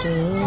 เด้อ